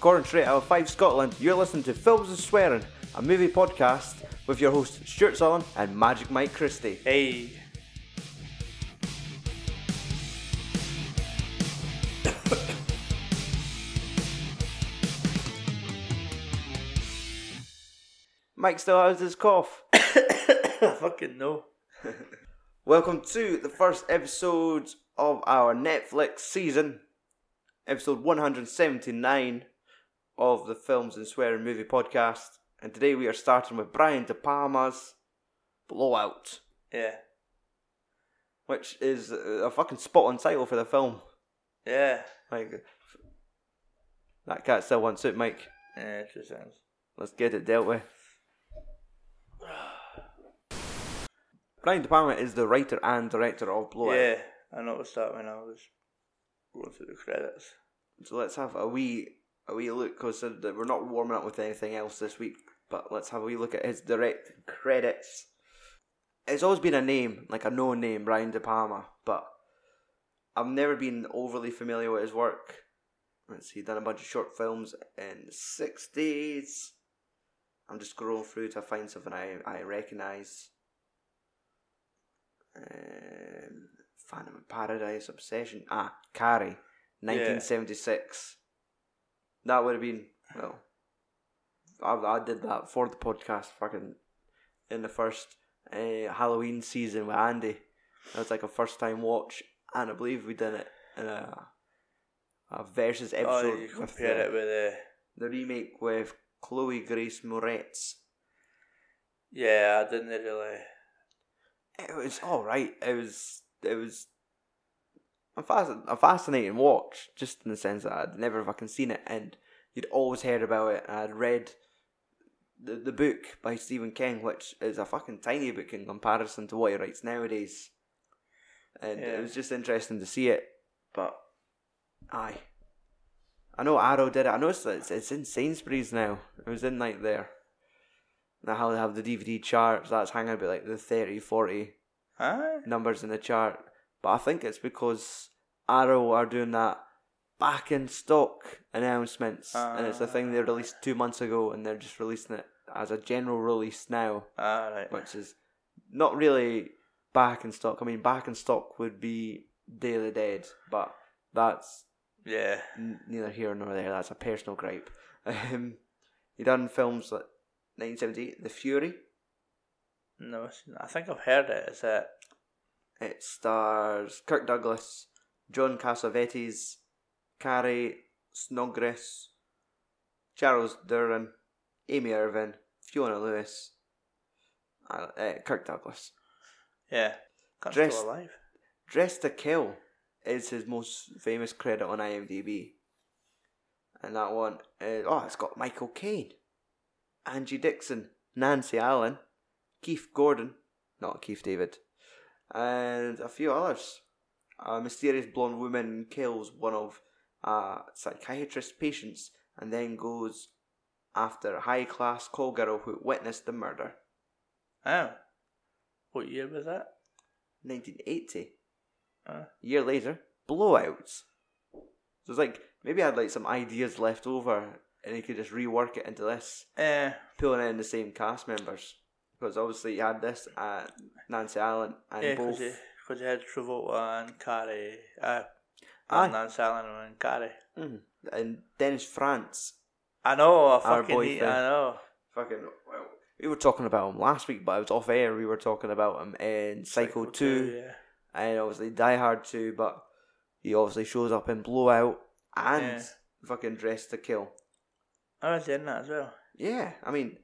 commentary at Hour 5 Scotland, you're listening to Films and Swearing, a movie podcast with your hosts Stuart Sullen and Magic Mike Christie. Hey. Mike still has his cough. fucking no. Welcome to the first episode of our Netflix season, episode 179 of the Films and Swearing Movie Podcast. And today we are starting with Brian De Palma's Blowout, Yeah. which is a a fucking spot on title for the film. Yeah. Like, that cat still wants it, Mike. Yeah, it just sounds. Let's get it dealt with. Brian De Palma is the writer and director of Blowout. Yeah, I noticed that when I was going through the credits. So let's have a wee a wee look because we're not warming up with anything else this week. But let's have a wee look at his direct credits. It's always been a name, like a known name, Brian De Palma, but I've never been overly familiar with his work. Let's see, done a bunch of short films in the sixties. I'm just scrolling through to find something I I recognise. Um, Phantom of Paradise, Obsession, ah, Carrie, nineteen seventy six. That would have been well. I, I did that for the podcast, fucking, in the first uh, Halloween season with Andy. That was like a first time watch, and I believe we did it in a a versus oh, episode. you with compare the- it with the. the remake with Chloe Grace Moretz. Yeah, I didn't really. It was all right. It was it was a, fasc- a fascinating watch, just in the sense that I'd never fucking seen it, and you'd always heard about it. And I'd read the the book by Stephen King, which is a fucking tiny book in comparison to what he writes nowadays. And Yeah. it was just interesting to see it, but aye. I know Arrow did it. I noticed that it's, it's in Sainsbury's now. It was in like there. Now how they have the DVD charts, that's hanging about like the 30, 40 Huh? numbers in the chart. But I think it's because Arrow are doing that back in stock announcements, and it's a thing they released two months ago, and they're just releasing it as a general release now, Alright. which is not really back in stock. I mean, back in stock would be Day of the Dead, but that's Yeah. n- neither here nor there. That's a personal gripe. Um, he done films like 1978, The Fury. No, it's- I think I've heard it. Is it? It stars Kirk Douglas, John Cassavetes, Carrie Snodgrass, Charles Duran, Amy Irvin, Fiona Lewis, uh, uh, Kirk Douglas. Yeah. Cunt's Dressed- still alive. Dress to Kill is his most famous credit on IMDb. And that one, is, oh, it's got Michael Caine, Angie Dixon, Nancy Allen, Keith Gordon, not Keith David, and a few others. A mysterious blonde woman kills one of uh, psychiatrist's patients and then goes after a high class call girl who witnessed the murder. Oh. What year was that? 1980. Uh. year later, blowouts. So it's like maybe I had like some ideas left over, and he could just rework it into this, Eh. pulling in the same cast members. Because obviously you had this at Nancy Allen and Yeah, both. because you, 'cause you had Travolta and Carrie. Uh, Aye. and Nancy Allen and Carrie. Mhm. And Dennis France, I know, I Our fucking boy need, thing. I know. fucking. Well, we were talking about him last week, but I was off air. We were talking about him in Psycho, Two. yeah. and obviously Die Hard 2, but he obviously shows up in Blowout and Yeah. fucking Dress to Kill. I was in that as well. Yeah, I mean,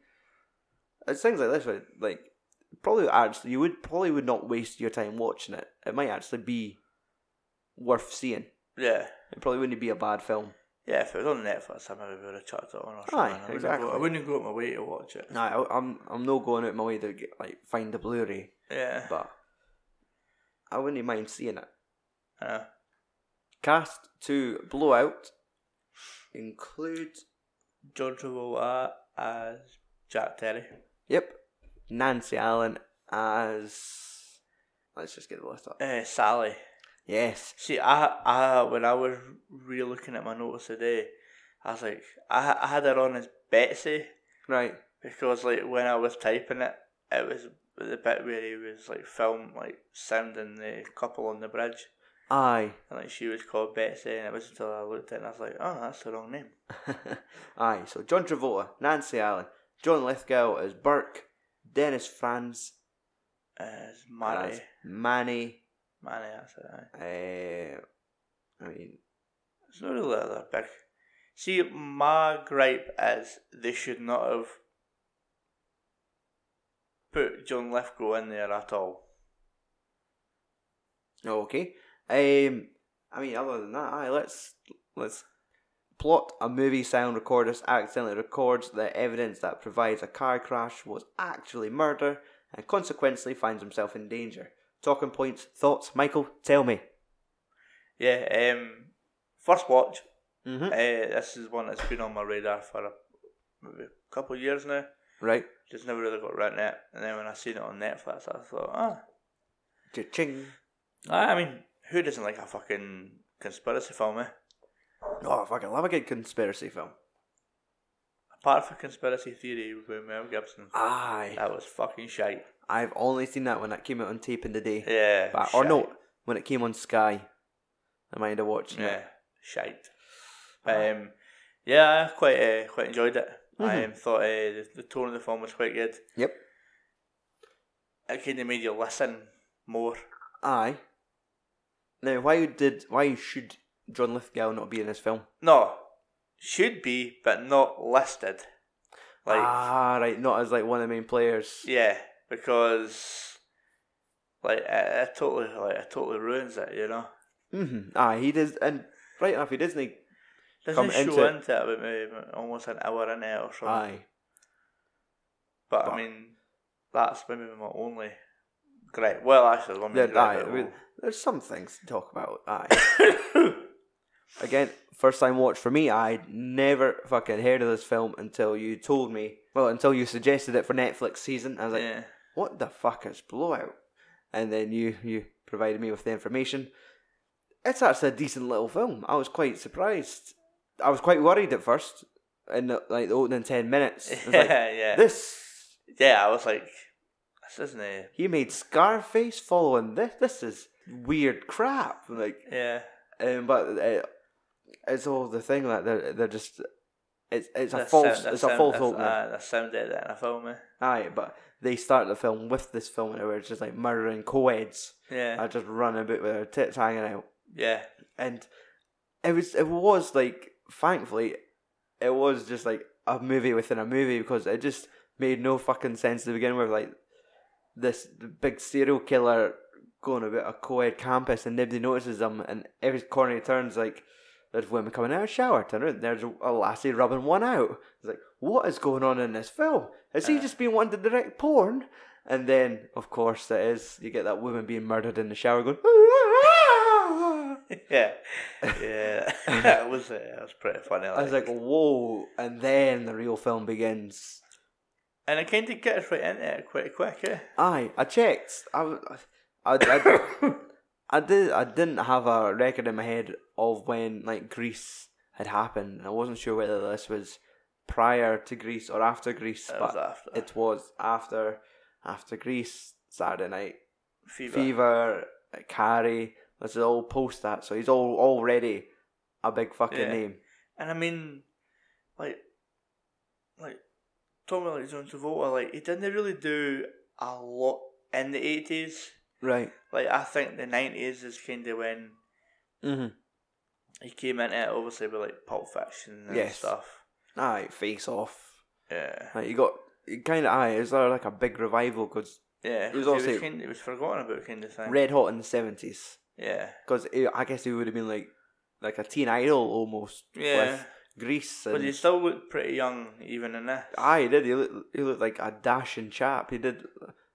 it's things like this. Where, like, probably actually, you would probably would not waste your time watching it. It might actually be worth seeing. Yeah. It probably wouldn't be a bad film. Yeah, if it was on Netflix, I maybe would have chucked it on or something. Aye, I, wouldn't exactly. go, I wouldn't go out my way to watch it. No, I, I'm I'm not going out my way to get, like find the Blu-ray, Yeah. but I wouldn't mind seeing it. Uh, Cast to Blowout include John Travolta as Jack Terry. Yep. Nancy Allen as. Let's just get the list up. Uh, Sally. Yes. See, I, I, when I was re looking at my notes today, I was like, I, ha- I had her on as Betsy Right. because like when I was typing it, it was the bit where he was like film like sounding the couple on the bridge, Aye. and like she was called Betsy, and it wasn't until I looked at it and I was like, oh, that's the wrong name. Aye. So John Travolta, Nancy Allen, John Lithgow as Burke, Dennis Franz Uh, it's Manny. as Manny. Manny, that's it. aye. Uh, I mean, It's not really that big. See, my gripe is they should not have put John Lithgow in there at all. oh, okay. Um, I mean, other than that, aye. Let's let's plot a movie sound recordist accidentally records the evidence that provides a car crash was actually murder, and consequently finds himself in danger. Talking points, thoughts, Michael, tell me. Yeah, um, first watch. Mm-hmm. Uh, this is one that's been on my radar for a maybe a couple of years now. Right. Just never really got around to it. And then when I seen it on Netflix, I thought, ah, Cha-ching. I I mean, who doesn't like a fucking conspiracy film? Eh? Oh, I fucking love a good conspiracy film. Apart from conspiracy theory with Mel Gibson, Aye. that was fucking shite. I've only seen that when that came out on tape in the day. Yeah, But- or no, shite. when it came on Sky. I mind watching Yeah, it. shite. Aye. Um, yeah, I quite uh, quite enjoyed it. I Mhm. um, thought uh, the, the tone of the film was quite good. Yep. It kind of made you listen more. Aye. Now, why did why should John Lithgow not be in this film? No, should be, but not listed. Like, ah, right, not as like one of the main players. yeah, because like it, it totally like it totally ruins it. You know, hmm Aye, he does, and right enough, he doesn't. doesn't Come show into into, it. it about maybe almost an hour in it or something. Aye. but, but- I mean, that's maybe my only. Great. Well, actually, let me. Yeah, gripe aye. at I mean, all. there's some things to talk about. Aye. again, first time watch for me. I never fucking heard of this film until you told me. Well, until you suggested it for Netflix season. I was like, yeah. "What the fuck is Blowout?" And then you you provided me with the information. It's actually a decent little film. I was quite surprised. I was quite worried at first. In the, like the opening ten minutes, It's like, yeah, yeah. this yeah, I was like, this isn't a. he made Scarface following this. This is weird crap. Like Yeah. Um, but uh, it's all the thing that they're they're just it's it's a that false sound- that it's a sound- false that's- opening. Uh, that sounded that in a film. eh? Aye, but they start the film with this film where it's just like murdering co-eds Yeah. are just running about with their tits hanging out, yeah. and it was it was like thankfully it was just like a movie within a movie because it just made no fucking sense to begin with. Like this big serial killer going about a co-ed campus and nobody notices him, and every corner he turns, like there's women coming out of the shower, turn around, there's a lassie rubbing one out. It's like, what is going on in this film? Has he Uh. just been wanting to direct porn? And then, of course, it is. You get that woman being murdered in the shower, going. "Ah!" Yeah. Yeah. that was, uh, that was pretty funny. I was like, whoa! And then the real film begins. and it kind of gets right into it quite quick, eh? Aye, I checked. I, w- I, I, I did. I didn't have a record in my head of when like Greece had happened. I wasn't sure whether this was prior to Greece or after Greece, That was but after. it was after after Greece Saturday night Fever. fever. uh Carrie. This is all post that, so he's all already a big fucking Yeah. name. And I mean, like, like, Tommy like John Travolta, like, he didn't really do a lot in the 80s. Right. Like, I think the 90s is kind of when Mm-hmm. Mhm. he came into it, obviously, with like Pulp Fiction and Yes. stuff. Aye, face off. Yeah. Like you got kind of aye. Is there like a big revival? Because Yeah, It was 'cause also- he was, kind, he was forgotten about kind of thing. Red Hot in the seventies. Yeah, Because I guess he would have been like like a teen idol almost. yeah, With Greece but he and Ah. still looked pretty young even in this. aye, he did. He looked, he looked like a dashing chap. He did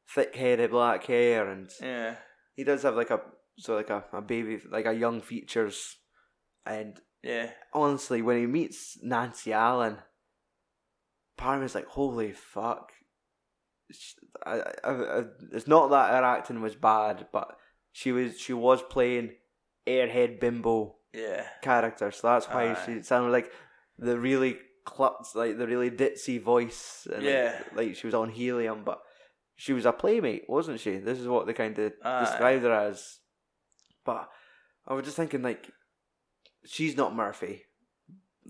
thick hairy black hair, and Yeah, he does have like a so like a, a baby like a young features. And yeah, honestly, when he meets Nancy Allen, part of me is like, holy fuck. Sh- I, I, I, it's not that her acting was bad, but she was she was playing airhead bimbo yeah, character, so that's why Aye. she sounded like the really klutz, like the really ditzy voice. And like- Yeah. Like, she was on helium, but she was a playmate, wasn't she? This is what they kind of Aye. described her as. But I was just thinking, like, she's not Murphy.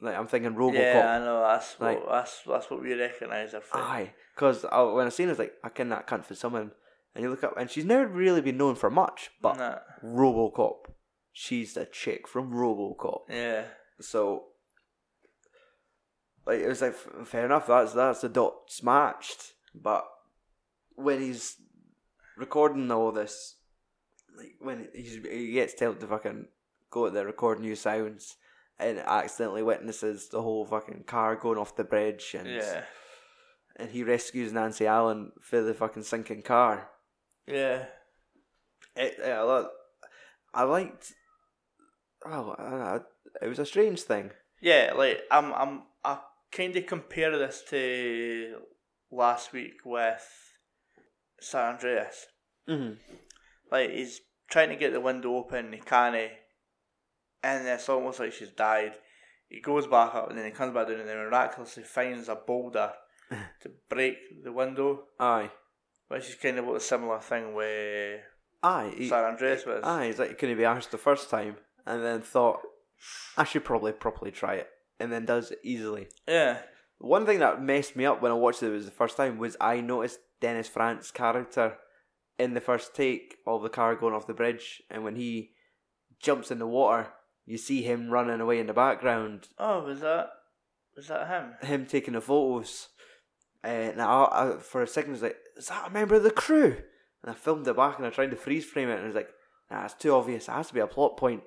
Like, I'm thinking Robocop. Yeah, I know. That's what Like- that's that's what we recognise her from. Aye, because when I seen it, I was like, I can that cunt for someone. And you look up, and she's never really been known for much, but Nah. Robocop. She's the chick from Robocop. Yeah. So, like, it was like, f- fair enough, that's that's the dots matched. But when he's recording all this, like, when he's, he gets told to fucking go out there, record new sounds, and accidentally witnesses the whole fucking car going off the bridge and Yeah. and he rescues Nancy Allen for the fucking sinking car. Yeah. It, it- I, lo- I liked. Oh, I, I, it was a strange thing. Yeah, like I'm I'm I kinda compare this to last week with San Andreas. Mm-hmm. Like he's trying to get the window open, he can't and it's almost like she's died. He goes back up and then he comes back down and then miraculously finds a boulder to break the window. Aye, Which is kind of what a similar thing with aye, he, San Andreas was. aye. Ah, He's like he couldn't be asked the first time, and then thought I should probably properly try it, and then does it easily. Yeah. One thing that messed me up when I watched it was the first time was I noticed Dennis France's character in the first take of the car going off the bridge, and when he jumps in the water, you see him running away in the background, Oh, was that was that him? him taking the photos. Uh, and I, I, for a second, was like, "Is that a member of the crew?" And I filmed it back, and I tried to freeze frame it, and I was like, "Nah, that's too obvious. It has to be a plot point."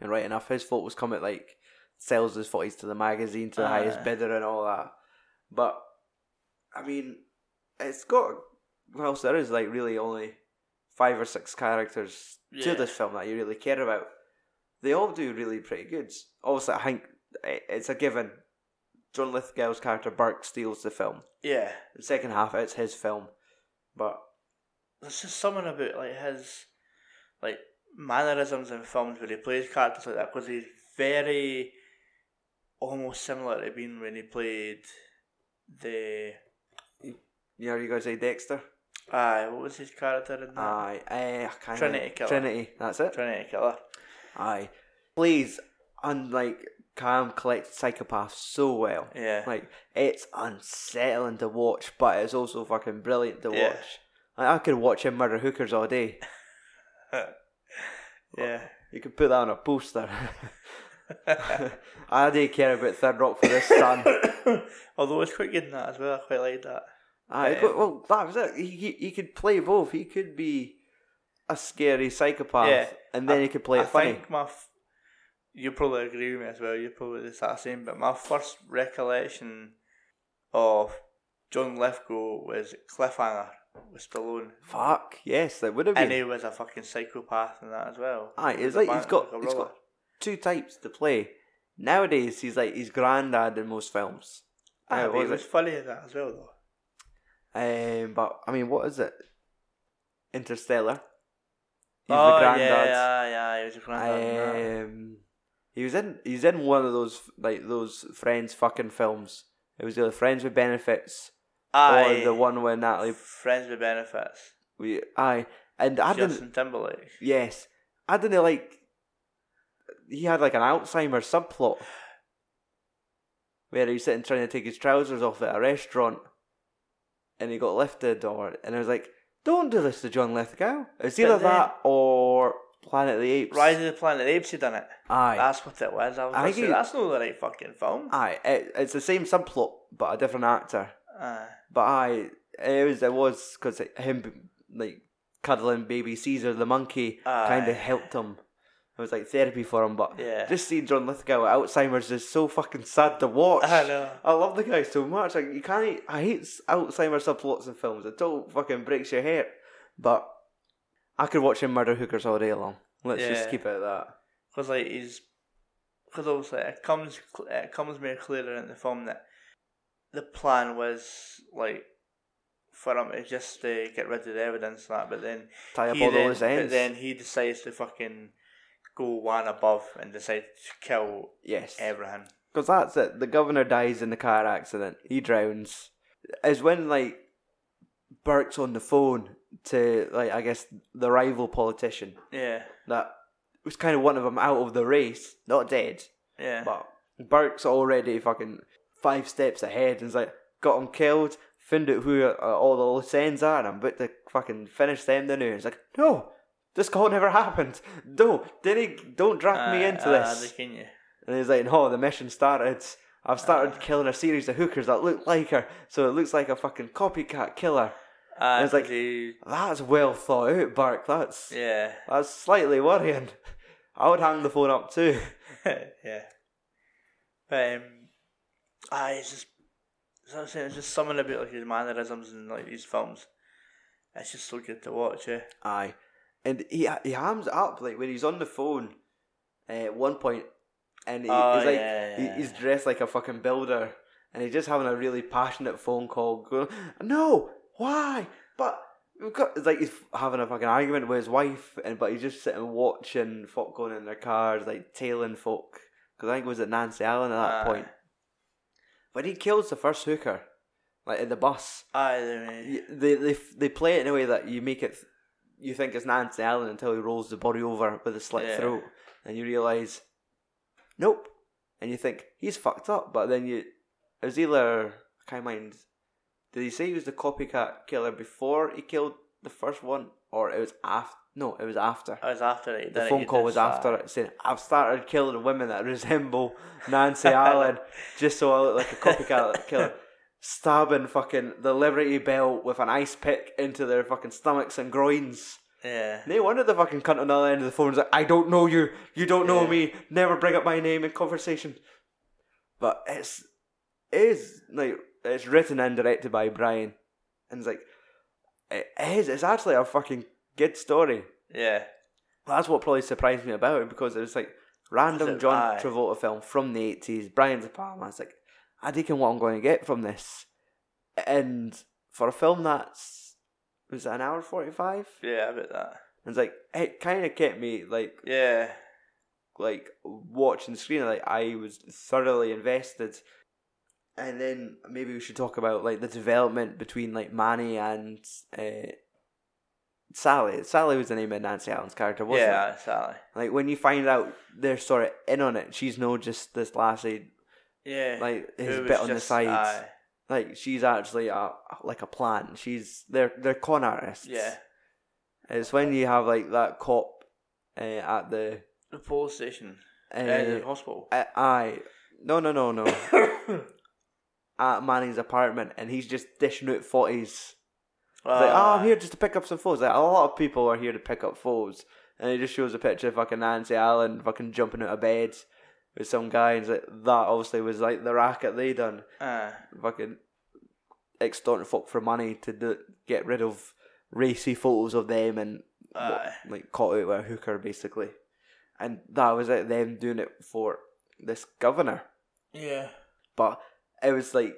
And right enough, his photos come at like sells his photos to the magazine to the highest Aye. bidder and all that. But I mean, it's got well, so there is like really only five or six characters Yeah. to this film that you really care about. They all do really pretty good. Obviously, I think i- it's a given. John Lithgow's character Burke steals the film. Yeah. The second half, it's his film, but There's just something about like his like mannerisms in films where he plays characters like that because he's very almost similar to being when he played the you know, you guys say Dexter. aye what was his character in that Aye, eh, I can't Trinity Killer. Trinity, that's it. Trinity Killer. Aye, plays unlike calm, collected psychopath so well. Yeah. Like it's unsettling to watch, but it's also fucking brilliant to Yeah. watch. Like, I could watch him murder hookers all day. yeah. You could put that on a poster. I didn't care about Third Rock for this son. Although it's quite good in that as well. I quite like that. Aye, Yeah. but- well, that was it. He, he he could play both. He could be a scary psychopath, Yeah. and then he could play I it funny. think my. F- you probably agree with me as well. You probably it's that same. But my first recollection of John Lithgow was Cliffhanger with Stallone, Fuck yes, that would have been. and he was a fucking psychopath in that as well. Aye, He was it's a like man- he's got like a he's robber. got two types to play. Nowadays, he's like he's granddad in most films. Aye, Yeah, but he Ah, was was funny in that as well though. Um, but I mean, what is it? Interstellar. He's oh the yeah, granddad. yeah, yeah, he was a granddad. in that. Um, he was in. He's in one of those like those Friends fucking films. It was either Friends with Benefits Aye, or the one where Natalie. Friends with Benefits. We, aye, and I didn't. Justin Timberlake. Yes, I didn't like. He had like an Alzheimer's subplot where he's sitting trying to take his trousers off at a restaurant, and he got lifted, or and I was like, "Don't do this to John Lithgow." It's But either then- that or Planet of the Apes. Rise of the Planet of the Apes, he done it. Aye, That's what it was. I was I Ah. gonna think say, he- that's not the right fucking film. aye. It, it's the same subplot but a different actor. Aye. But aye, it was it was because him like cuddling baby Caesar the monkey kind Aye. of helped him. It was like therapy for him, but Yeah. Just seeing John Lithgow at Alzheimer's is so fucking sad to watch. I know. I love the guy so much. Like you can't. I hate s- Alzheimer's subplots in films. It all fucking breaks your heart. But I could watch him murder hookers all day long. Let's just Yeah. keep it at that. Because like he's, because obviously it comes cl- it comes more clearer in the film that the plan was like for him to just uh, get rid of the evidence and that, but then Tie up he all then, those but ends. then he decides to fucking go one above and decide to kill yes, everything. Because that's it. The governor dies in the car accident. He drowns. Is when like Burke's on the phone to like I guess the rival politician Yeah, that was kind of one of them out of the race, not dead, yeah. but Burke's already fucking five steps ahead and's like got him killed. Found out who uh, all the loose ends are, and I'm about to fucking finish them the new. It's like, no, this call never happened. No, didn't, don't drag me Uh, into uh, this. they can you. And he's like, no, the mission started. I've started Ah. killing a series of hookers that look like her, so it looks like a fucking copycat killer. Uh, It's like- they- That's well thought out, Bark. That's yeah, that's slightly worrying. I would hang the phone up too. yeah. But um, I it's just, as I was saying, it's just something about like his mannerisms and like these films. It's just so good to watch. eh? Yeah, Aye, and he he hams it up like when he's on the phone uh, at one point, and he, Oh, he's like yeah, yeah, he, he's yeah. dressed like a fucking builder, and he's just having a really passionate phone call. Going, no, why? But we've got it's like he's having a fucking argument with his wife, and but he's just sitting watching folk going in their cars, like tailing folk. Because I think it was at Nancy Allen at that Aye. point. But he kills the first hooker, like in the bus aye, they mean, y- they they f- they play it in a way that you make it th- you think it's Nancy Allen until he rolls the body over with a slit Yeah. throat, and you realize, nope, and you think he's fucked up. But then you, it was either I can't mind. Did he say he was the copycat killer before he killed the first one, or it was after? No, it was after. I was after it. The didn't phone you? call Did was that. after it, saying, "I've started killing women that resemble Nancy Allen, just so I look like a copycat killer." Stabbing fucking the Liberty Bell with an ice pick into their fucking stomachs and groins. Yeah, No wonder the fucking cunt on the other end of the phone is like, "I don't know you. You don't know Yeah. me. Never bring up my name in conversation." But it's it is like it's written and directed by Brian, and it's like it is. It's actually a fucking good story. yeah, That's what probably surprised me about it because it was like random Was it? John Aye. Travolta film from the eighties, Brian De Palma. It's like I reckon what I'm going to get from this, and for a film that's was it an hour forty five, yeah. About that. it's like it kind of kept me like Yeah, like watching the screen. Like I was thoroughly invested, and then maybe we should talk about like the development between like Manny and uh, Sally. Sally was the name of Nancy Allen's character, wasn't it? yeah, Sally. Like when you find out they're sort of in on it, she's no just this lassie, Yeah, like who his Eh, was bit on the just- sides. aye, Like she's actually a like a plan. She's they're they're con artists. yeah, it's when you have like that cop uh, at the the police station, uh, uh, the hospital. uh, aye, no no no no at Manny's apartment and he's just dishing out forties. He's like, Ah, Uh, oh, I'm here just to pick up some foes. Like, a lot of people are here to pick up foes. And he just shows a picture of fucking Nancy Allen fucking jumping out of bed with some guy. And it's like, that obviously was like the racket they done. Uh, Fucking extorting folk for money to do, get rid of racy photos of them and uh, like caught out with a hooker basically. And that was it, them doing it for this governor. yeah. But it was like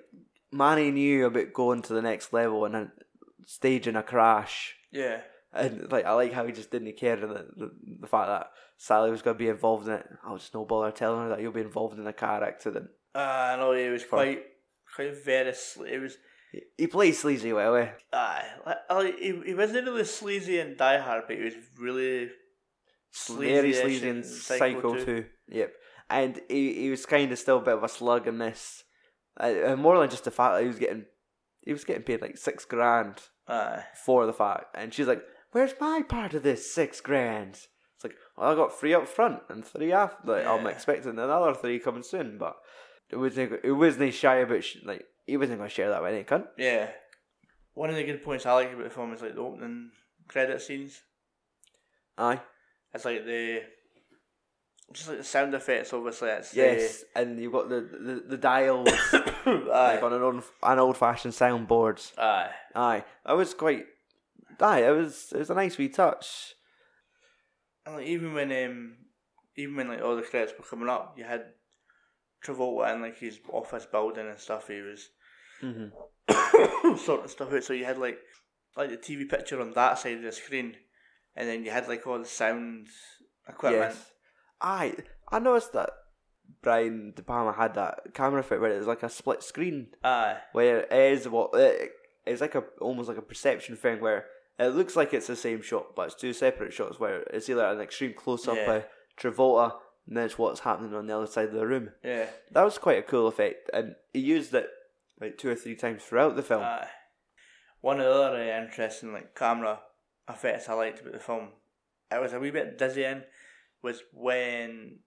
Manny knew about going to the next level and then staging a crash. Yeah, And like I like how he just didn't care and the, the, the fact that Sally was gonna be involved in it. I was no bother telling her that you'll be involved in a car accident. uh, I know it was For- quite, quite very. sle- It was, He, he plays sleazy well, eh? aye, like, like, he, he wasn't really sleazy and diehard, but he was really sleazy, Very sleazy and psycho too. Yep. And he, he was kind of still a bit of a slug in this, Uh, and more than just the fact that he was getting he was getting paid like six grand Aye, for the fact. And she's like, "Where's my part of this six grand?" It's like, "Well, I got three up front and three after. Like, I'm Yeah. expecting another three coming soon." But it wasn't. It wasn't shy about sh- like he wasn't going to share that with any cunt. yeah. One of the good points I like about the film is like the opening credit scenes. Aye. It's like the, just like the sound effects. Obviously, it's the- Yes. And you've got the the, the dials like aye, on an old an old fashioned soundboard. aye. Aye. That was quite. Aye. It was it was a nice wee touch. And like even when um even when like all the credits were coming up, you had Travolta in like his office building and stuff. He was Mm-hmm. sorting stuff out. So you had like like the TV picture on that side of the screen, and then you had like all the sound equipment. Yes. Aye. I noticed that Brian De Palma had that camera fit where it was like a split screen Aye. where it is what it, it's like a almost like a perception thing where it looks like it's the same shot, but it's two separate shots where it's either an extreme close up Yeah. of Travolta and then it's what's happening on the other side of the room. Yeah. That was quite a cool effect, and he used it like two or three times throughout the film. Aye. One of the other uh, interesting like camera effects I liked about the film, it was a wee bit dizzying, was when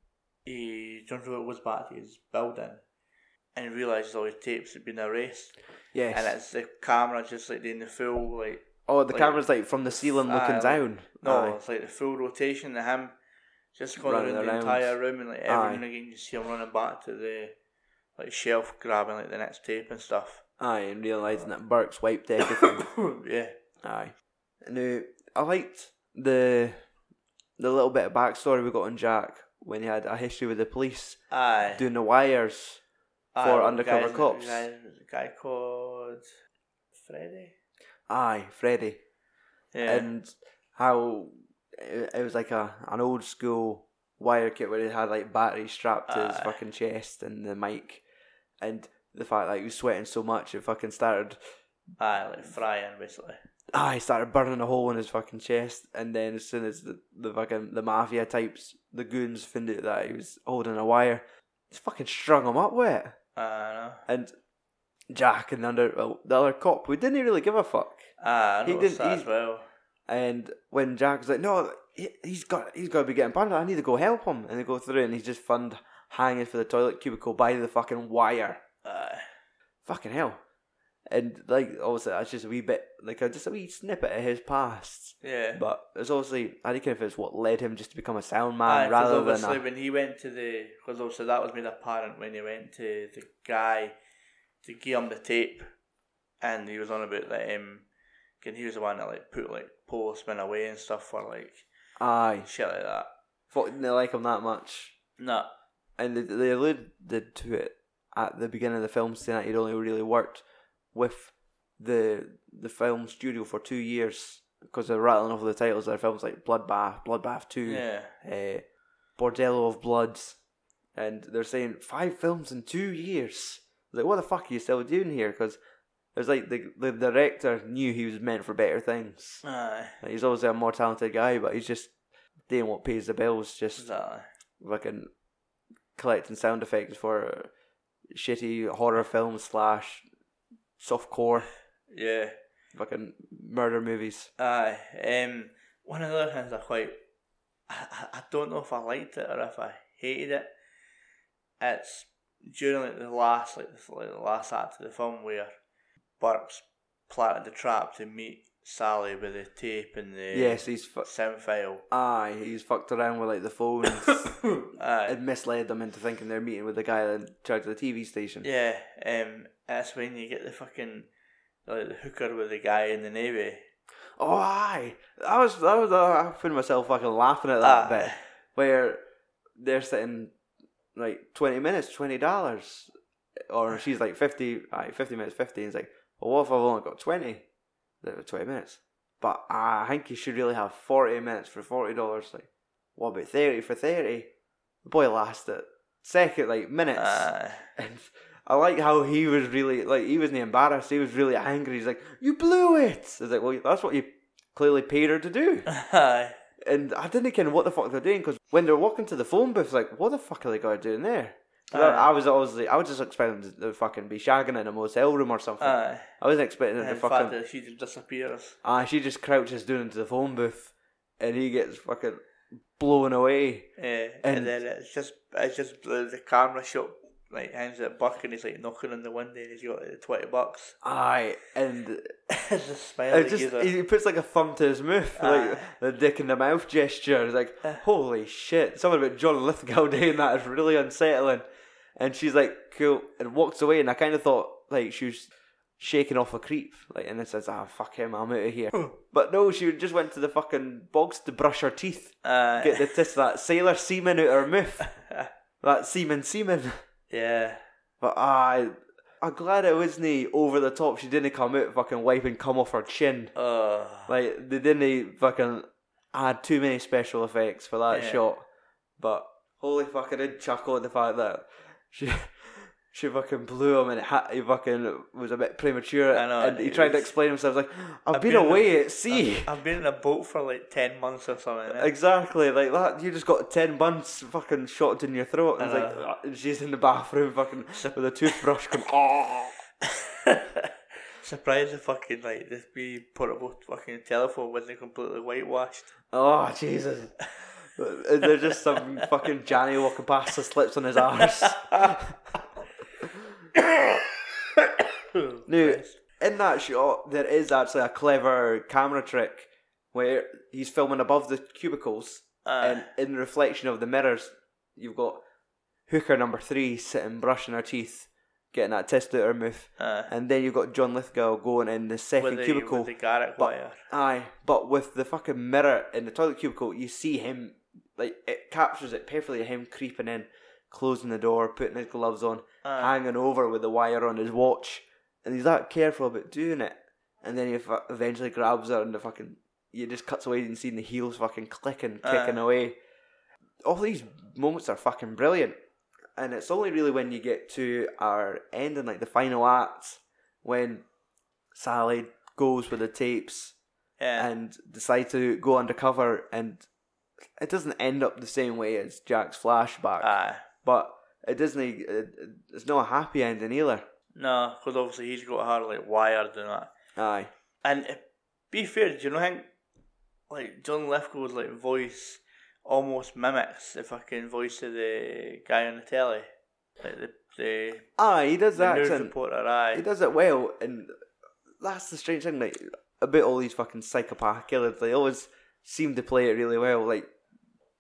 he John Travolta goes back to his building and realizes all his tapes had been erased, yes. and it's the camera just like doing the full like oh, the like- camera's like from the ceiling looking Aye, like- down. no, Aye. it's like the full rotation of him just going Running around the around. entire room and like every Aye. now and again you see him running back to the like shelf grabbing like the next tape and stuff. Aye, and realising that Burke's wiped everything. yeah. Aye. Now, I liked the the little bit of backstory we got on Jack when he had a history with the police Aye. doing the wires. Aye, for well, undercover guys, cops. Guy, guy called Freddy. Aye, Freddy, Yeah. and how it, it was like a an old school wire kit where he had like batteries strapped to his Aye. fucking chest and the mic, and the fact that he was sweating so much it fucking started. Aye, like frying basically. Ah, he started burning a hole in his fucking chest, and then as soon as the, the fucking the mafia types, the goons, found out that he was holding a wire, he's fucking strung him up with it. I know. And Jack and the under well, the other cop, we didn't really give a fuck. Aye, I He noticed didn't- that he- as well. And when Jack was like, "No, he- he's got he's got to be getting punished. I need to go help him." And they go through, and he's just fund hanging for the toilet cubicle by the fucking wire. Aye. Fucking hell! And like, obviously, that's just a wee bit like a, just a wee snippet of his past. Yeah. But it's obviously I reckon if it's what led him just to become a sound man Aye, Uh, 'cause Uh, rather than obviously a, when he went to the, because obviously that was made apparent when he went to the guy to give him the tape, and he was on about that him, and he was the one that like put like postmen away and stuff for like aye, shit like that. fuck, didn't they like him that much. No. And they, they alluded to it at the beginning of the film, saying that he'd only really worked with the the film studio for two years because they're rattling off the titles of their films like Bloodbath, Bloodbath Two, Yeah. eh, Bordello of Bloods, and they're saying five films in two years. Like, what the fuck are you still doing here? Because it's like the the director knew he was meant for better things. Aye. Like, he's obviously a more talented guy, but he's just doing what pays the bills. Just Exactly. fucking collecting sound effects for shitty horror film slash softcore Yeah. fucking murder movies. Aye. Um, one of the other things I quite, I, I- I don't know if I liked it or if I hated it. It's during like the last like the, like the last act of the film where Burke's planted the trap to meet Sally with the tape and the Yes, he's fu- sound file. aye, he's fucked around with like the phones Aye. and misled them into thinking they're meeting with the guy in charge of the TV station. Yeah. Um, that's when you get the fucking like the hooker with the guy in the navy. Oh, aye, I was that was uh, I found myself fucking laughing at that Ah, Aye. bit where they're sitting like twenty minutes, twenty dollars, or she's like fifty, aye, fifty minutes, fifty. And it's like, well, what if I've only got twenty? Twenty minutes, but I think you should really have forty minutes for forty dollars. Like, what about thirty for thirty? The boy lasted second, like minutes. Aye. And I like how he was really like he wasn't embarrassed. He was really angry. He's like, "You blew it." It's like, well, that's what you clearly paid her to do. Aye. And I didn't care what the fuck they're doing because when they're walking to the phone booth, like, what the fuck are they going to do in there? 'Cause I, Aye. I was obviously I was just expecting them to fucking be shagging in a motel room or something. Aye. I wasn't expecting them Uh. And to the fact fucking. that she just disappears. Ah, she just crouches down into the phone booth, and he gets fucking blown away. Yeah, Uh, and, And- then it's just it's just the, the camera shot like hands at Buck and he's like knocking on the window and he's got like, the twenty bucks. Aye, and it's just It smiling. just, geezer. he he puts like a thumb to his mouth, like Aye. the dick in the mouth gesture. It's like, holy shit, something about John Lithgow doing that is really unsettling. And she's like, cool, and walks away. And I kind of thought, like, she was shaking off a creep, like, and then says, ah, fuck him, I'm out of here. but no, she just went to the fucking bogs to brush her teeth, Aye. get the tits, that sailor semen out her mouth, that semen semen. yeah, But I, I'm glad it wasn't over the top. She didn't come out fucking wiping cum off her chin. oh, Like they didn't fucking add too many special effects for that Yeah. shot, but holy fuck, I did chuckle at the fact that she she fucking blew him and it ha- he fucking was a bit premature. I know, and he it tried to was- explain himself. Like, I've, I've been, been in a- away at sea. I've, I've been in a boat for like 10 months or something. eh? Exactly, like that. You just got 10 months fucking shot in your throat, and, it's I like, "Ah," and she's in the bathroom fucking with a toothbrush going, oh. Surprised the fucking like this wee portable fucking telephone wasn't completely whitewashed. Oh Jesus! There's just some fucking Johnny walking past the slips on his arse. Uh, now, in that shot, there is actually a clever camera trick where he's filming above the cubicles, Uh, and in the reflection of the mirrors, you've got hooker number three sitting brushing her teeth, getting that testicular move, uh, and then you've got John Lithgow going in the with second the, cubicle. with the Garrick but- wire. Aye, but with the fucking mirror in the toilet cubicle, you see him like it captures it perfectly. Him creeping in, closing the door, putting his gloves on, Uh, hanging over with the wire on his watch, and he's that careful about doing it. And then he fu- eventually grabs her, and the fucking you just cuts away and seeing the heels fucking clicking, kicking away. All these moments are fucking brilliant, and it's only really when you get to our ending, like the final act, when Sally goes with the tapes yeah. and decide to go undercover and it doesn't end up the same way as Jack's flashback, Aye. but it doesn't. It, it's not a happy ending either. No, because obviously he's got her like wired and that. Aye, And uh, be fair, do you know how like John Lithgow's like voice almost mimics the fucking voice of the guy on the telly, like the the, aye, he does the that. news accent. reporter. Aye. He does it well, and that's the strange thing. Like about all these fucking psychopath killers, they always seem to play it really well. Like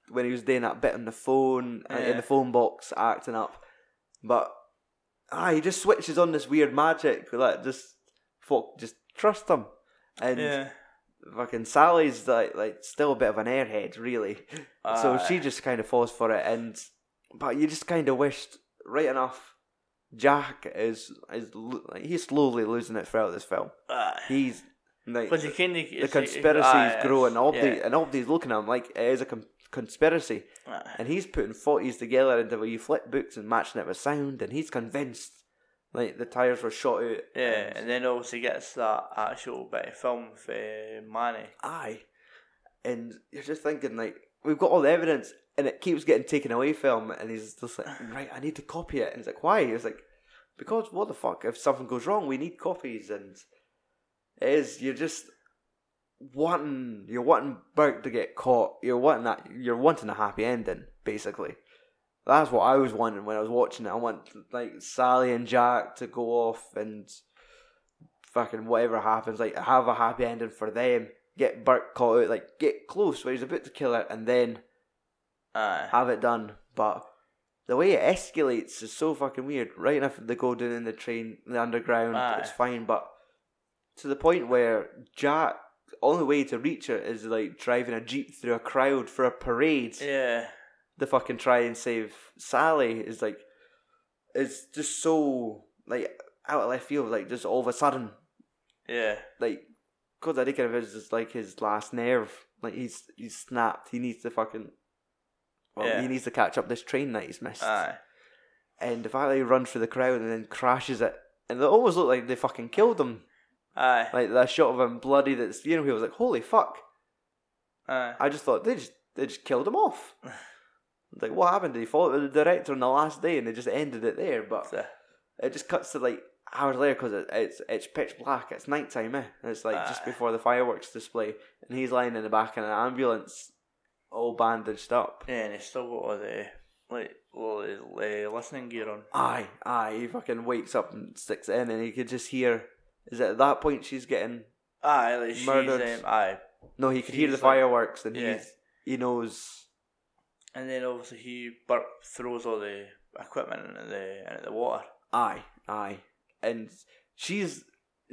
when he was doing that bit on the phone uh, in Yeah. the phone box, acting up, but ah, he just switches on this weird magic. Like just fuck, just trust him. And Yeah. fucking Sally's like like still a bit of an airhead, really. so Aye. she just kind of falls for it, and but you just kind of wished, right enough. Jack is is lo- like, he's slowly losing it throughout this film. Aye. He's like Because you can, the conspiracy is growing. Obdi Yeah. and Obdi's looking at him like it is a com- conspiracy, Aye. and he's putting forties together into where you flip books and matching it with sound, and he's convinced like the tires were shot out. Yeah, and then obviously gets that actual bit of film for uh, Manny. aye. And you're just thinking, like, we've got all the evidence and it keeps getting taken away from him. And he's just like, right, I need to copy it. And he's like, why? He's like, because what the fuck? If something goes wrong, we need copies. And it is, you're just wanting, you're wanting Burke to get caught. You're wanting that, you're wanting a happy ending, basically. That's what I was wanting when I was watching it. I want, like, Sally and Jack to go off and fucking whatever happens, like have a happy ending for them. Get Burke caught out, like get close where he's about to kill her, and then Aye. have it done. But the way it escalates is so fucking weird. Right enough, they go down in the train, the underground, Aye. it's fine. But to the point where Jack, only way to reach her is like driving a jeep through a crowd for a parade Yeah. the fucking try and save Sally is like it's just so like out of left field, like just all of a sudden, Yeah. like because I think of it as just like his last nerve, like he's he's snapped. He needs to fucking well, Yeah. he needs to catch up this train that he's missed. Aye. And the fact that he runs through the crowd and then crashes it, and it almost looked like they fucking killed him. Aye. Like that shot of him bloody that the steering wheel was like, holy fuck! Aye. I just thought they just they just killed him off. like what happened? Did he follow the director on the last day and they just ended it there? But So, it just cuts to like hours later because it, it's it's pitch black. It's nighttime, eh? And it's like just Aye. before the fireworks display, and he's lying in the back in an ambulance, all bandaged up. Yeah, and he's still got all the like all the, the listening gear on. Aye, aye. He fucking wakes up and sticks it in, and he could just hear. Is it at that point she's getting? Aye, like she's Murdered. um, aye. No, he could hear the She's like- fireworks, and yeah. he's he knows. And then obviously he Burke throws all the equipment into the into the water. Aye, aye. And she's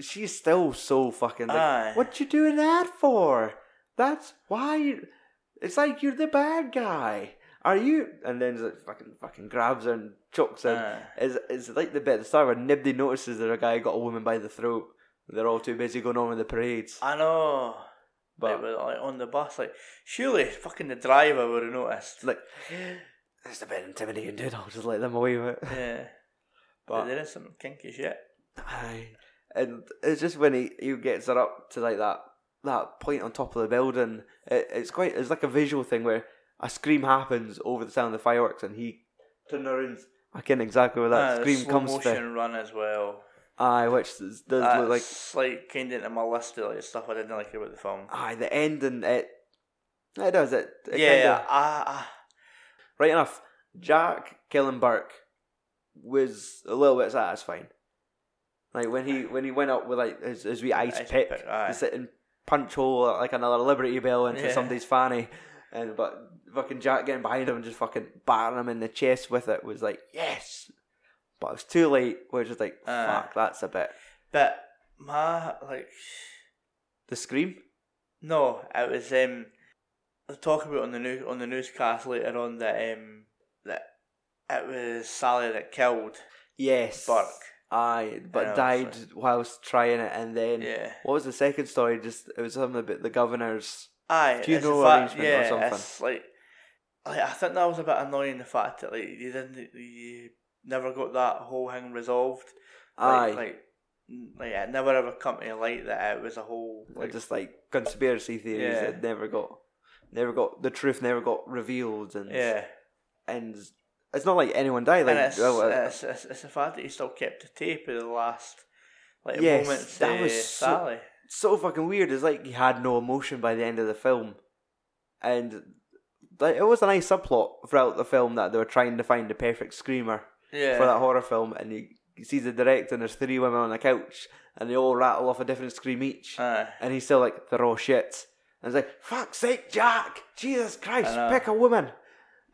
she's still so fucking like Aye. what you doing that for? That's why you it's like you're the bad guy. Are you and then it's like fucking fucking grabs her and chucks her. Aye. Is it's like the bit at the start where nobody notices that a guy got a woman by the throat. They're all too busy going on with the parades. I know. But But like, with- like on the bus, like surely fucking the driver would have noticed. like It's a bit intimidating, dude. I'll just let them away with it. Yeah. But But there is some kinky shit. aye. and it's just when he, he gets her up to like that that point on top of the building. It, it's quite it's like a visual thing where a scream happens over the sound of the fireworks, and he turns around. I can't exactly where that Uh, the scream slow comes motion Ah, from. run as well. Aye, which does, does look like That's like, kind of into my list of like stuff I didn't like about the film. aye the ending. It it does it. it yeah, kinda- I, I, Right enough. Jack killing Burke was a little bit satisfying. Like when he when he went up with like his, his wee ice, Ice pick, pick, aye. to sit and punch hole like another Liberty Bell into Yeah. somebody's fanny, and but fucking Jack getting behind him and just fucking battering him in the chest with it was like yes, but it was too late. We're just like Aye. fuck, that's a bit. but my like The scream. no, it was um. I'll talk about on the new on the newscast later on that um that it was Sally that killed Yes, Burke. Aye, but Yeah, died so- whilst trying it, and then Yeah. what was the second story? Just it was something about the governor's. Aye, Do you it's the know fact, arrangement or yeah, something? It's like, like, I think that was a bit annoying. The fact that like you didn't, you never got that whole thing resolved. Aye, like, like, like it never ever come to light that it was a whole. They're Like, just like conspiracy theories Yeah. that never got, never got the truth never got revealed, and yeah, and it's not like anyone died. Like and it's, well, uh, it's, it's, it's the fact that he still kept the tape of the last like Yes, moments. that That was was so- Sally. so fucking weird. It's like he had no emotion by the end of the film, and like it was a nice subplot throughout the film that they were trying to find the perfect screamer Yeah, for that horror film, and you you see the director and there's three women on a couch, and they all rattle off a different scream each, Aye. and he's still like they're all shit. And it's like, fuck's sake, Jack! Jesus Christ, I know. pick a woman!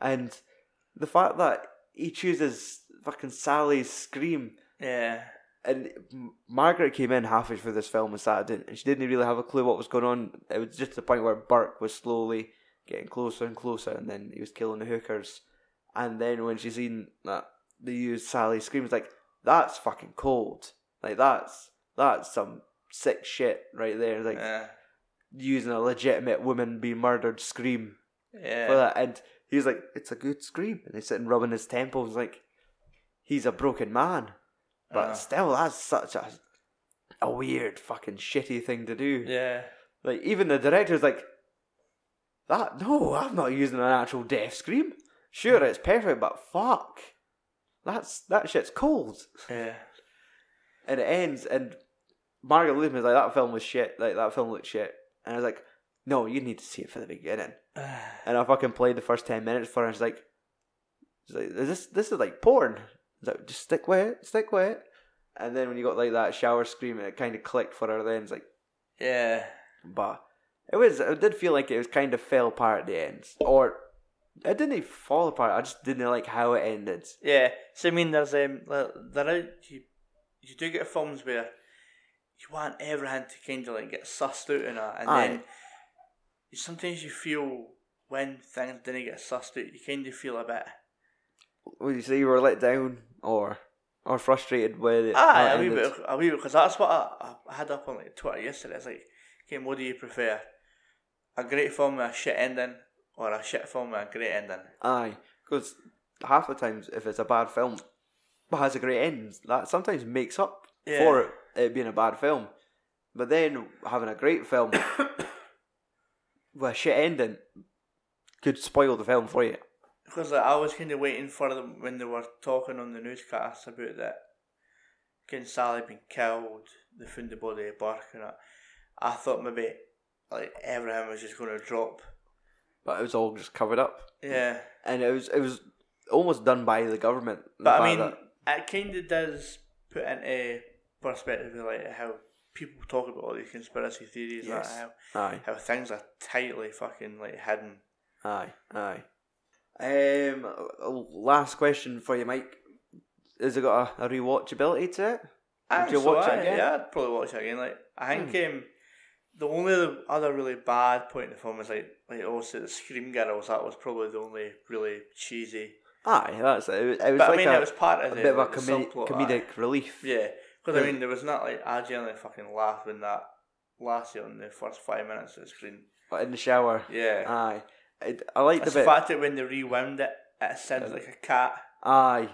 And the fact that he chooses fucking Sally's scream, yeah, and M- Margaret came in halfway through this film and sat in, and she didn't really have a clue what was going on. It was just the point where Burke was slowly getting closer and closer, and then he was killing the hookers. And then when she seen that they used Sally's scream, it's like, that's fucking cold. Like, that's that's some sick shit right there. Like, yeah, using a legitimate woman being murdered scream yeah. for that. And he's like, it's a good scream. And he's sitting rubbing his temples like, he's a broken man. But Uh, still, that's such a a weird fucking shitty thing to do. yeah, Like, even the director's like, that, no, I'm not using an actual death scream. Sure, it's perfect, but fuck. That's, that shit's cold yeah. and it ends and Margaret Luthman is like that film was shit like that film looked shit and I was like no you need to see it for the beginning Uh, and I fucking played the first 10 minutes for her and she's like, she's like is this this is like porn I was like just stick with it stick with it and then when you got like that shower scream it kind of clicked for her then it's like yeah. but it was it did feel like it was kind of fell apart at the end or it didn't even fall apart I just didn't like how it ended Yeah, so I mean, there's um, there there are you, you do get films where you want everything to kind of like get sussed out and that, and then Aye. you, sometimes you feel when things didn't get sussed out, you kind of feel a bit. would you say you were let down or or frustrated with it how Ah, it a wee ended? bit, a wee bit, because that's what I, I had up on like Twitter yesterday. It's like, okay, what do you prefer? A great film with a shit ending, or a shit film with a great ending? Aye, because half the times if it's a bad film, but has a great end, that sometimes makes up Yeah. for it, it being a bad film. But then having a great film with a shit ending could spoil the film for you. Because like, I was kind of waiting for them when they were talking on the newscast about that. Ken Sally being killed, they found the body of Burke and that. I thought maybe like everything was just going to drop. But it was all just covered up, Yeah, and it was it was almost done by the government. the but fact I mean, that- it kind of does put into perspective like how people talk about all these conspiracy theories Yes. and aye, how, how things are tightly fucking like hidden. aye, aye. Um, last question for you, Mike. Has it got a, a rewatchability to it? I Would you watch it again? Ah, Yeah, I'd probably watch it again. Like I think Hmm. um, the only other- other really bad point in the film is like like obviously the Scream Girls. That was probably the only really cheesy. Aye, Ah, that's it. It was, it was But like I mean, a, it was part of a the, bit of a like, the comi- subplot, comedic aye. relief. Yeah, because I Yeah. mean, there was not like I genuinely fucking laughed when that last year in the first five minutes of the screen. But in the shower. Yeah, Aye. I, I like it's the the bit. fact that when they rewound it it sounds like a cat. Aye.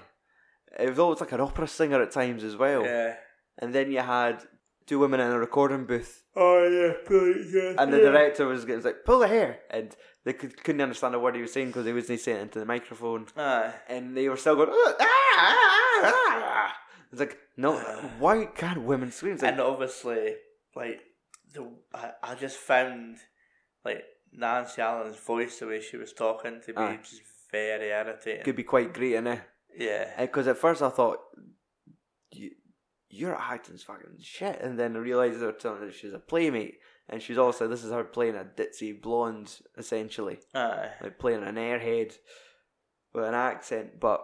It was always like an opera singer at times as well. Yeah. And then you had two women in a recording booth, Oh yeah, brilliant, yeah. and the yeah. director was, was like, pull the hair! And they could, couldn't understand a word he was saying because he wasn't saying it into the microphone. Aye. And they were still going, "Ah, ah, ah, ah." It's like, no, why can't women scream? It's like, and obviously, like the I, I just found like Nancy Allen's voice, the way she was talking, to be Aye. just very irritating. could be quite great, innit? Yeah, Because Eh, at first I thought, "You- your acting's fucking shit. And then I realised they were telling her she's a playmate. And she's also, this is her playing a ditzy blonde, essentially. aye, like playing an airhead with an accent. But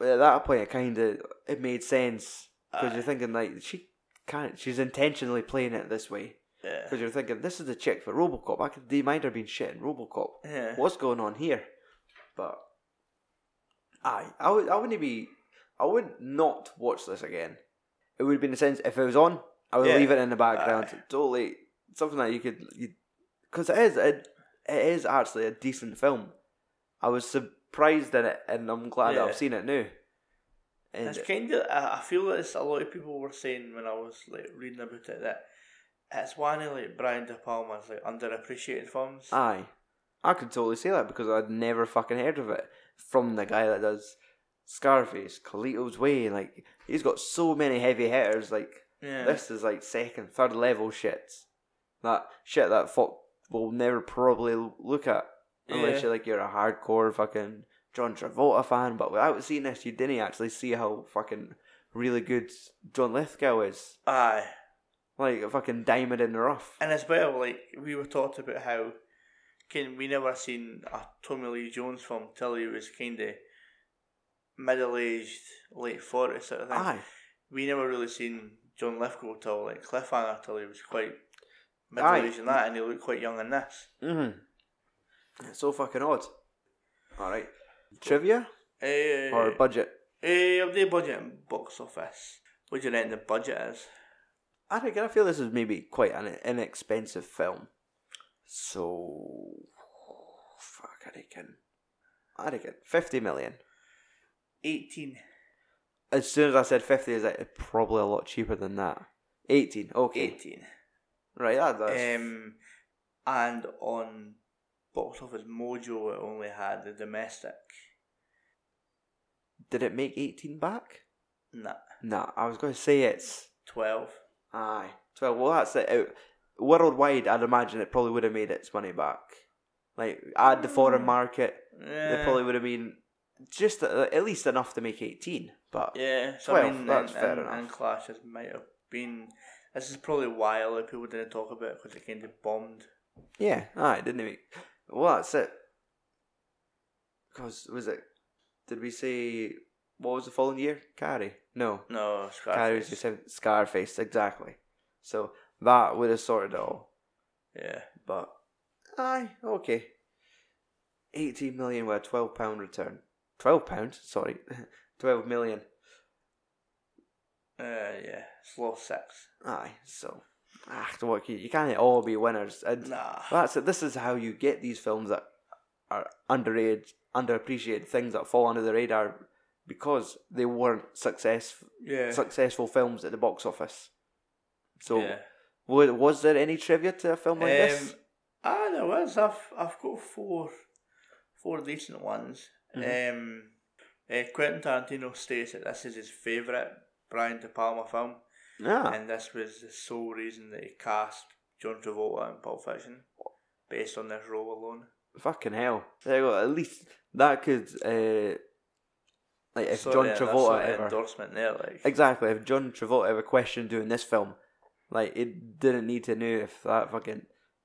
at that point, it kind of it made sense because Aye. you're thinking like she can't. She's intentionally playing it this way yeah, because you're thinking this is the chick for RoboCop. I could they might have been shit in RoboCop. yeah. What's going on here? But aye, I would. I wouldn't be. I would not watch this again. It would have been a sense if it was on. I would Yeah. leave it in the background. Totally something that you could. Because it is. It, it is actually a decent film. I was surprised at it, and I'm glad that Yeah. I've seen it now. And It's kind of. I I feel that it's a lot of people were saying when I was like reading about it that it's one of like Brian De Palma's like underappreciated films. Aye. I could totally see that because I'd never fucking heard of it from the guy that does Scarface, Carlito's Way. Like, he's got so many heavy hitters. Like, yeah, this is like second, third level shit. That shit that folk will never probably l- look at. Unless Yeah. you're like, you're a hardcore fucking John Travolta fan. But without seeing this, you didn't actually see how fucking really good John Lithgow is. aye, Like, a fucking diamond in the rough. and as well, like we were talked about how can we never seen a Tommy Lee Jones film till he was kind of middle aged, late forties sort of thing. Aye. We never really seen John Lithgow till like Cliffhanger till he was quite middle Aye. aged in that, and he looked quite young in this. Mm-hmm. It's Mm-hmm. so fucking odd. All right. Trivia Eh, or budget? Eh, of the budget and box office, what do you reckon the budget is? I think I feel this is maybe quite an inexpensive film. So, fuck, I reckon. I reckon 50 million. 18. As soon as I said 50, is like, probably a lot cheaper than that. 18, okay. 18. Right, that, that's. Um, and on box office mojo, it only had the domestic. did it make 18 back? Nah, Nah, I was going to say it's. 12. Aye. So well, that's it. Out worldwide, I'd imagine it probably would have made its money back. Like add the foreign market, Mm. Yeah. it probably would have been just uh, at least enough to make eighteen. But Yeah, so 12, I mean, that's and, fair and, enough. and clashes might have been. This is probably why a lot of people didn't talk about it because it kind of bombed. yeah, aye, didn't it make? Well, that's it. Because was it? Did we say what was the following year? Carrie? No, No, Carrie was Scarface. the seventh- Scarface exactly. So that would have sorted it all. Yeah, But aye, okay. Eighteen million with a twelve pound return. Twelve pound, sorry, twelve million. uh, yeah, slow sex. Aye, so ah, what can you, you can't all be winners. And Nah, that's it. This is how you get these films that are underrated, underappreciated things that fall under the radar because they weren't success yeah, successful films at the box office. So, oh yeah. was, was there any trivia to a film like this? Um, ah, there was. I've I've got four, four decent ones. Mm-hmm. Um, eh, Quentin Tarantino states that this is his favourite Brian De Palma film, Ah, and this was the sole reason that he cast John Travolta in Pulp Fiction, based on this role alone. Fucking hell. There you go. At least that could, uh, like, if So, John yeah, that's Travolta sort of ever. endorsement there, like Exactly, if John Travolta ever questioned doing this film, like, it didn't need to know if that fucking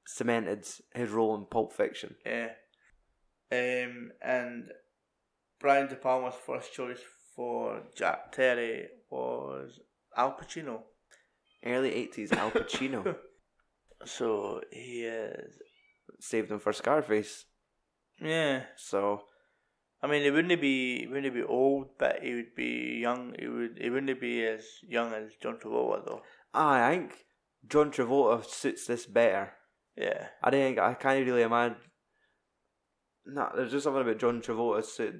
cemented his role in Pulp Fiction. yeah. Um, and Brian De Palma's first choice for Jack Terry was Al Pacino. Early 80s Al Pacino So he is. saved him for Scarface. Yeah, So, I mean, he wouldn't be he wouldn't be old, but he would be young. He would he wouldn't be as young as John Travolta though. aye, I think John Travolta suits this better. Yeah, I think I can't really imagine. Nah, there's just something about John Travolta. suit,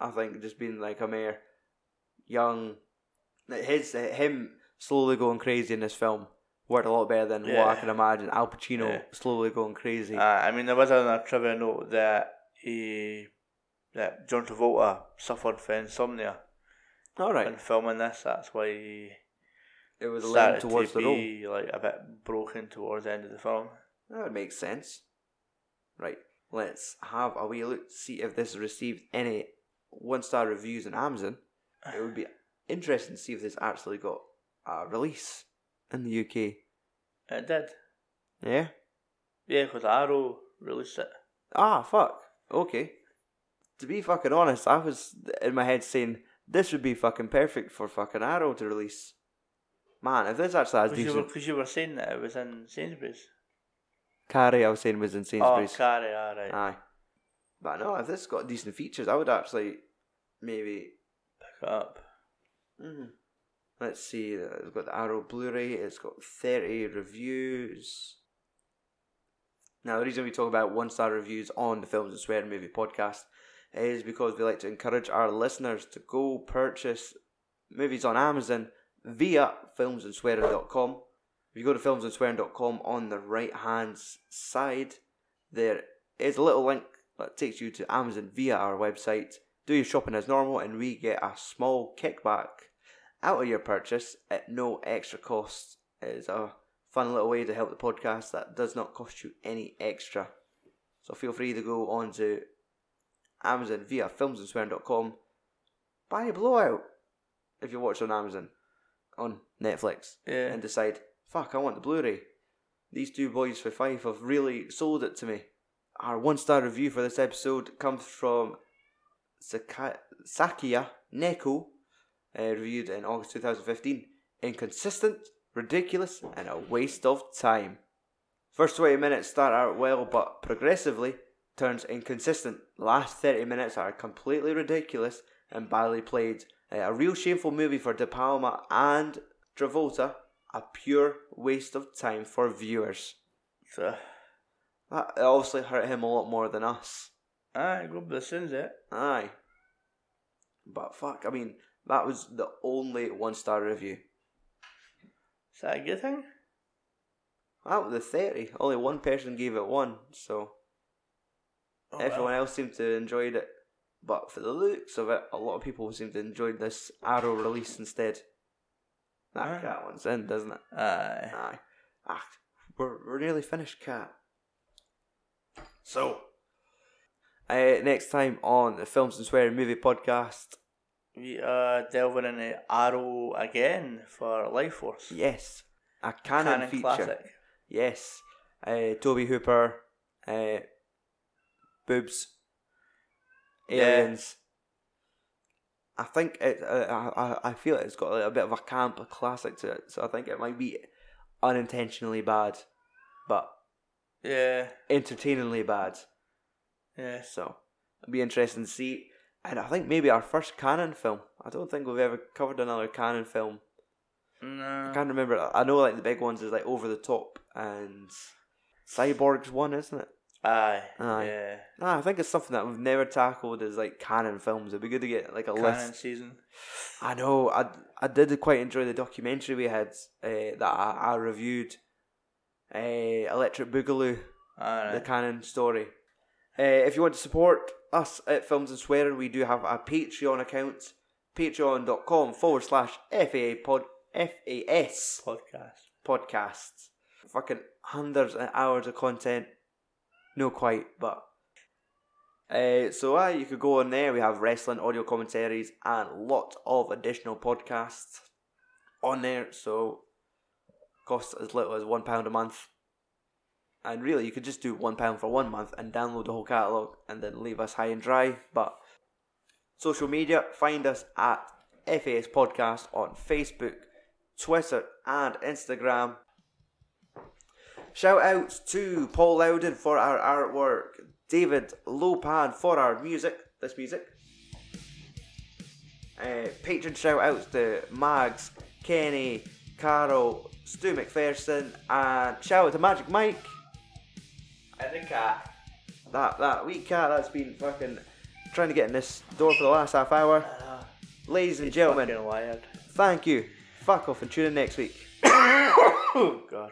I think just being like a mere young, like his him slowly going crazy in this film worked a lot better than what I Yeah. can imagine. Al Pacino Yeah. slowly going crazy. Uh, I mean, there was another trivia note that he, that John Travolta suffered from insomnia All right, when filming this. That's why he it was leaning started towards to the role. be like a bit broken towards the end of the film. That would make sense. Right, let's have a wee look see if this received any one star reviews on Amazon. It would be interesting to see if this actually got a release in the UK. It did, Yeah? yeah, because Arrow released it. Ah, fuck. Okay. To be fucking honest, I was in my head saying this would be fucking perfect for fucking Arrow to release. Man, if this actually has Because you, were, decent. 'cause you were saying that it was in Sainsbury's. Carrie, I was saying, was in Oh, Sainsbury's. Ah. Carrie, alright. Aye. But no, if this got decent features, I would actually maybe Pick it up. Mm. Let's see. It's got the Arrow Blu-ray. It's got thirty reviews. Now, the reason we talk about one-star reviews on the Films and Swear Movie podcast is because we like to encourage our listeners to go purchase movies on Amazon via filmsandswearing.com. If you go to filmsandswearing.com on the right-hand side, there is a little link that takes you to Amazon via our website. Do your shopping as normal, and we get a small kickback out of your purchase at no extra cost. It's a fun little way to help the podcast that does not cost you any extra. So feel free to go on to Amazon via filmsandswearing.com. Buy a blowout if you watch on Amazon, on Netflix Yeah. and decide, fuck, I want the Blu-ray. These two boys for five have really sold it to me. Our one-star review for this episode comes from Saka- Sakia Neko, uh, reviewed in August 2015. Inconsistent, ridiculous, and a waste of time. First 20 minutes start out well, but progressively turns inconsistent. Last 30 minutes are completely ridiculous and badly played. Uh, a real shameful movie for De Palma and Travolta, a pure waste of time for viewers. so, That obviously hurt him a lot more than us. aye, go but sins it. Aye. But fuck, I mean, that was the only one star review. Is that a good thing? Out of the 30, only one person gave it one, so Oh, everyone well. else seemed to enjoyed it. But for the looks of it, a lot of people seem to enjoy this Arrow release instead. That Aye. cat one's in, doesn't it? Aye. Aye. Ah, we're, we're nearly finished, cat. So, Uh, next time on the Films and Swearing Movie Podcast. we are delving into Arrow again for Life Force. Yes, a canon, Canon feature. classic. Yes, uh, Toby Hooper, uh, boobs, Yeah. aliens. I think it. Uh, I I- I feel it's got like a bit of a camp, a classic to it. So I think it might be unintentionally bad, but Yeah, entertainingly bad. yeah. So it'll be interesting to see. And I think maybe our first canon film. I don't think we've ever covered another canon film. I No. can't remember. I- I know like the big ones is like Over the Top and Cyborg's one, isn't it? Aye. Aye. Yeah. Nah, I think it's something that we've never tackled is like canon films. It'd be good to get like a Canon list. season. I know. I I did quite enjoy the documentary we had uh, that I, I reviewed. Uh, Electric Boogaloo, the Alright. canon story. Uh, if you want to support us at Films and Swearing, we do have a Patreon account, patreon.com forward slash FAA pod, FAS Podcast. podcasts. Fucking hundreds and hours of content. No, quite, but. Uh, so, uh, you could go on there. We have wrestling, audio commentaries, and lots of additional podcasts on there. So, costs as little as £1 a month. And really, you could just do £1 for one month and download the whole catalogue and then leave us high and dry. But social media, find us at FAS Podcast on Facebook, Twitter, and Instagram. Shout outs to Paul Loudon for our artwork, David Lopan for our music, this music. Uh, patron shout outs to Mags, Kenny, Carol, Stu McPherson, and shout out to Magic Mike. And the cat. That- That that wee cat that's been fucking trying to get in this door for the last half hour. Ladies and gentlemen, Fucking wired. thank you. Fuck off and tune in next week. Oh god.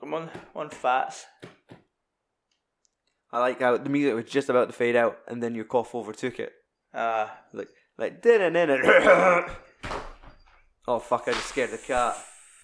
Come on, on fats. I like how the music was just about to fade out and then your cough overtook it. Uh, Like like did it. Oh fuck! I just scared the cat.